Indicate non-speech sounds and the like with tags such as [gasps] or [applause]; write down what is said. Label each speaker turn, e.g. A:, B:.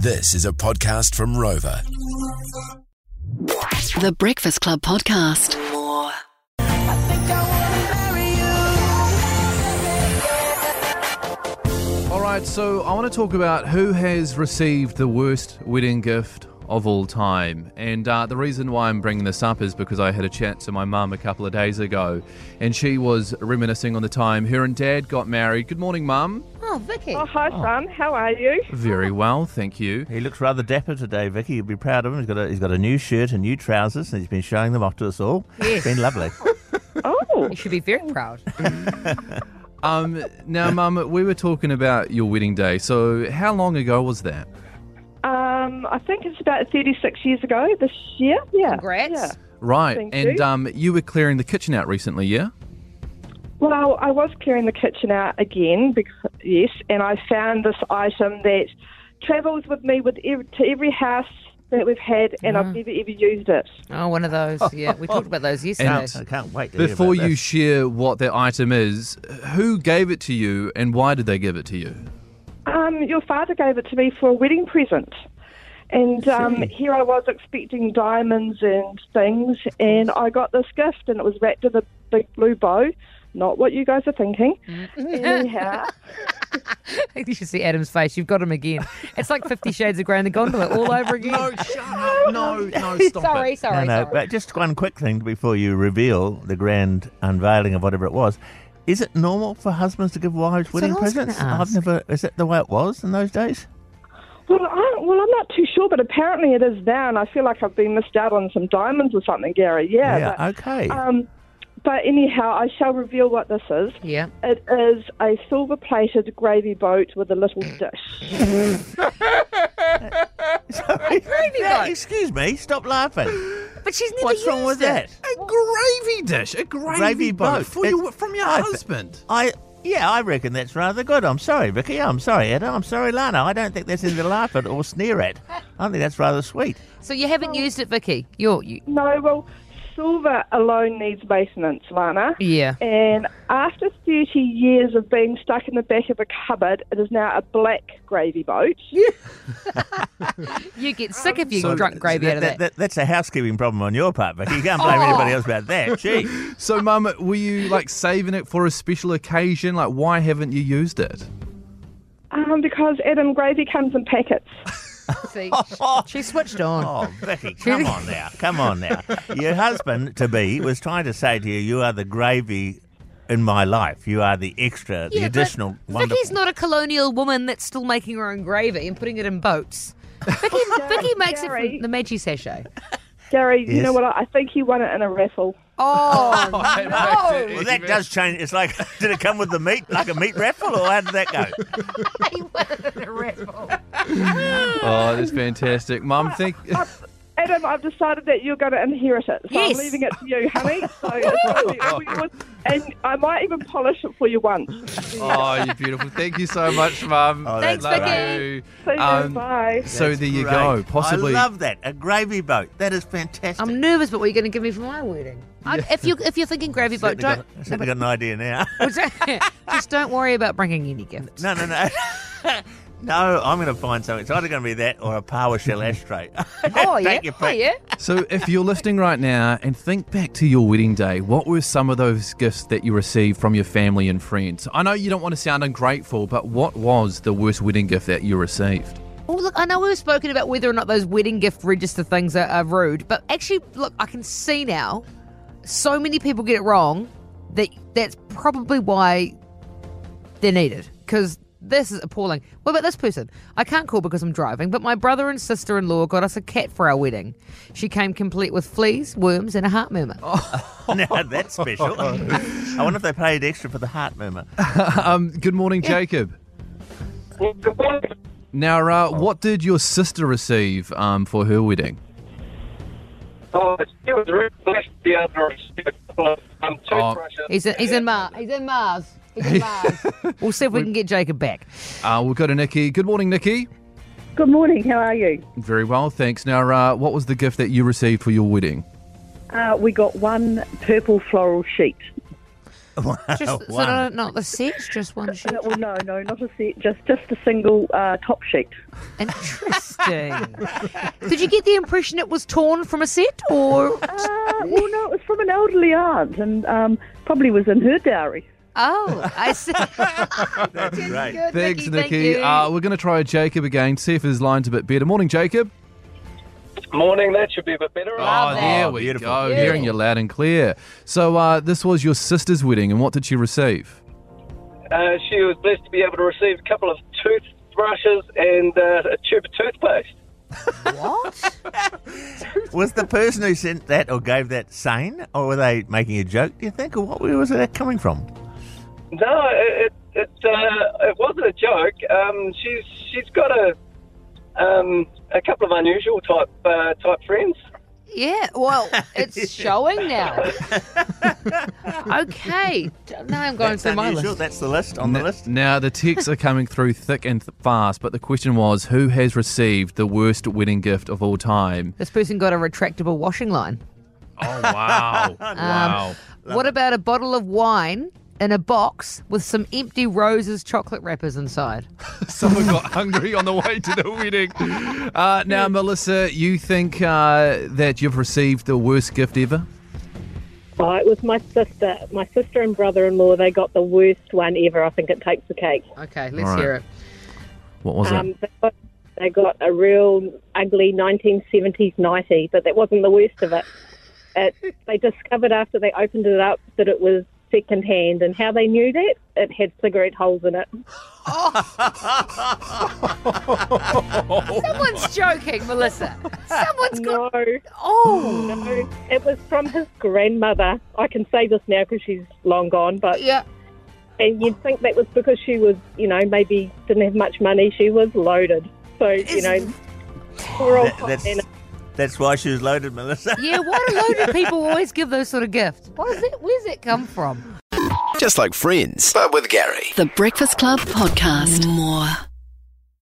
A: This is a podcast from Rover.
B: The Breakfast Club Podcast. More.
C: All right, so I want to talk about who has received the worst wedding gift of all time. And uh, the reason why I'm bringing this up is because I had a chat to my mum a couple of days ago, and she was reminiscing on the time her and dad got married. Good morning, mum.
D: Oh, Vicky.
E: Oh, hi, son. How are you?
C: Very well, thank you.
F: He looks rather dapper today, Vicky. You'd be proud of him. He's got a, he's got a new shirt and new trousers, and he's been showing them off to us all.
D: Yes.
F: It's
D: [laughs]
F: been lovely.
E: [laughs] Oh,
D: You should be very proud.
C: Um, [laughs] now, mum, we were talking about your wedding day. So, how long ago was that?
E: um, I think it's about 36 years ago this year. Yeah.
D: Congrats.
E: Yeah.
C: Right,
E: Thank
C: and
E: you.
C: Um, you were clearing the kitchen out recently, yeah?
E: Well, I was clearing the kitchen out again, because, yes, and I found this item that travels with me with ev- to every house that we've had, and I've never ever used it.
D: Oh, one of
F: [laughs]
D: those. Yeah, we talked about those yesterday.
C: And-
F: I can't wait to hear
C: Before
F: about
C: you
F: this.
C: share what that item is, who gave it to you and why did they give it to you?
E: Um, your father gave it to me for a wedding present. And um, here I was expecting diamonds and things, and I got this gift, and it was wrapped in a big blue bow. Not what you guys are thinking.
D: Mm. [laughs]
E: Anyhow,
D: you should see Adam's face. You've got him again. It's like Fifty Shades of Grey and the Gondola all over again.
C: [laughs] No, [laughs]
D: [laughs]
C: no,
D: sorry,
F: No,
D: sorry,
F: no,
D: sorry.
F: but just one quick thing before you reveal the grand unveiling of whatever it was. Is it normal for husbands to give wives
D: what
F: wedding
D: I was gonna
F: presents?
D: ask.
F: I've never. Is that the way it was in those days?
E: Well, I, well, I'm not too sure, but apparently it is now, and I feel like I've been missed out on some diamonds or something, Gary. Yeah. but,
F: okay.
E: um, but anyhow, I shall reveal what this is.
D: Yeah.
E: It is a silver-plated gravy boat with
D: [clears throat]
E: a little dish.
F: [laughs]
D: [laughs]
F: Sorry.
D: boat.
F: excuse me.
D: [gasps]
F: Stop laughing.
D: But she's never
F: What's wrong with
D: used
F: that?
D: it.
C: A gravy dish, a gravy,
F: Gravy
C: boat,
F: boat.
C: for
F: It's-
C: your, from your
F: I-
C: husband.
F: I yeah, I reckon that's rather good. I'm sorry, Vicky. I'm sorry, Adam. I'm sorry, Lana. I don't think that's in the laugh at or sneer at. I think that's rather sweet.
D: So you haven't used it, Vicky. You're, you,
E: No, well, silver alone needs maintenance, Lana.
D: yeah.
E: And after 30 years of being stuck in the back of a cupboard, it is now a black gravy boat.
D: You get sick if you
C: So
D: drunk gravy out of that.
F: that's a housekeeping problem on your part, Vicky. You can't blame
D: Oh.
F: anybody else about
D: [laughs]
F: that. Gee.
C: So, Mum, were you like saving it for a special occasion? Like, why haven't you used it?
E: Um, because Adam, gravy comes in packets.
F: [laughs]
D: See, she switched on.
F: Oh, Vicky, come on now. Come on now. Your husband to be was trying to say to you, you are the gravy in my life. You are the extra, the
D: Yeah, but
F: additional
D: Vicky's
F: wonderful.
D: not a colonial woman that's still making her own gravy and putting it in boats. Vicky, [laughs] Vicky makes it
E: Gary.
D: from the Maggi sachet.
E: Gary, you
F: Yes.
E: know what? I think he won it in a raffle.
D: [laughs] Oh,
F: well, that does change. It's like, [laughs] did it come with the meat, like a meat raffle, or how did that go?
D: he wanted a raffle.
C: Oh, that's fantastic. Mum, [laughs] thank.
E: Adam, I've decided that you're going to inherit it, so
D: Yes.
E: I'm leaving it to you, honey. So it's gonna be all yours, and I might even polish it for you once.
C: Oh, you're beautiful. Thank you so much, Mum.
F: Oh, Thanks,
C: Love
D: Vicky.
E: So
C: you.
E: yeah,
C: Um,
E: bye.
C: so
F: That's
C: there you
F: great.
C: go. Possibly.
F: I love that. A gravy boat. That is fantastic.
D: I'm nervous, but what are you going to give me for my wedding? I, if you if you're thinking gravy boat,
F: certainly
D: don't
F: got, [laughs] certainly got an
D: [laughs]
F: idea now.
D: just don't worry about bringing any
F: [laughs]
D: gifts.
F: no, no, no. no, I'm going to find something. It's either going to be that or a power
C: [laughs]
F: shell ashtray. [laughs]
D: Oh
F: Take
D: yeah,
F: your
D: oh
F: pick.
D: yeah.
C: So, if you're listening right now and think back to your wedding day, what were some of those gifts that you received from your family and friends? I know you don't want to sound ungrateful, but what was the worst wedding gift that you received?
D: Well, Oh, look, I know we've spoken about whether or not those wedding gift register things are, are rude, but actually, look, I can see now so many people get it wrong that that's probably why they're needed because this is appalling. What about this person? I can't call because I'm driving, but my brother and sister in law got us a cat for our wedding. She came complete with fleas, worms, and a heart murmur.
F: now,
C: [laughs]
F: that's special. I wonder if they paid extra for the heart murmur.
C: Um, good morning, Jacob. Now, uh, what did your sister receive um, for her wedding?
G: Oh, she was really blessed the other um, toothbrushes.
D: He's in, he's in Mars. He's in Mars. He's in Mars. we'll see if we can get Jacob back.
C: Uh, we'll go to Nikki. Good morning, Nikki.
E: Good morning. How are you?
C: Very well, thanks. Now, uh, what was the gift that you received for your wedding?
H: Uh, we got one purple floral sheet.
D: Just so not, not the sets, just one sheet.
I: Uh, Well, no, no, not a set, just just a single uh, top sheet.
D: [laughs] Interesting. Did you get the impression it was torn from a set, or
I: Uh, well, no, it was from an elderly aunt, and um, probably was in her dowry.
D: oh, [laughs] I see.
F: That's great.
D: Good,
C: Thanks,
D: Nikki. Thank
C: Nikki.
D: you.
C: uh, we're going to try Jacob again, see if his line's a bit better. Morning, Jacob.
G: Morning, that should be a bit better.
C: Oh, there we
F: beautiful.
C: go. Hearing you loud and clear. So, uh, this was your sister's wedding, and what did she receive?
G: Uh, she was blessed to be able to receive a couple of toothbrushes and uh, a tube of toothpaste.
D: what?
F: Was the person who sent that or gave that sane, or were they making a joke? Do you think, or what where was that coming from?
G: No, it it, it, uh, it wasn't a joke. Um, she's she's got a um, a couple of unusual type uh, type friends.
D: Yeah. Well, it's showing now. okay. Now I'm going
F: That's
D: through my
F: unusual.
D: list.
F: That's the list on the
C: N-
F: list.
C: Now, the texts are coming through thick and th- fast, but the question was who has received the worst wedding gift of all time?
D: This person got a retractable washing line.
C: [laughs] Oh, [laughs] wow. wow.
D: what about a bottle of wine in a box with some empty roses chocolate wrappers inside?
C: Someone got hungry on the way to the wedding. Uh, now, Melissa, you think uh, that you've received the worst gift ever?
E: Oh, it was my sister. My sister and brother in law, they got the worst one ever. I think it takes the cake.
D: Okay, let's
C: All right.
D: hear it.
C: What was it?
E: Um, they, got, they got a real ugly 1970s nightie, but that wasn't the worst of it. it. They discovered after they opened it up that it was second hand, and how they knew that? It had cigarette holes in it.
D: Someone's joking, Melissa. Someone's got.
E: No,
D: Oh.
E: no. It was from his grandmother. I can say this now because she's long gone, but
D: Yeah.
E: and you'd think that was because she was, you know, maybe didn't have much money. She was loaded. So, you know, poor old
F: That- that's,
E: Pollyanna.
F: that's why she was loaded, Melissa.
D: Yeah, why do loaded people always give those sort of gifts? What is it? Where's it come from?
J: Just like friends, but with Gary.
B: The Breakfast Club Podcast. More.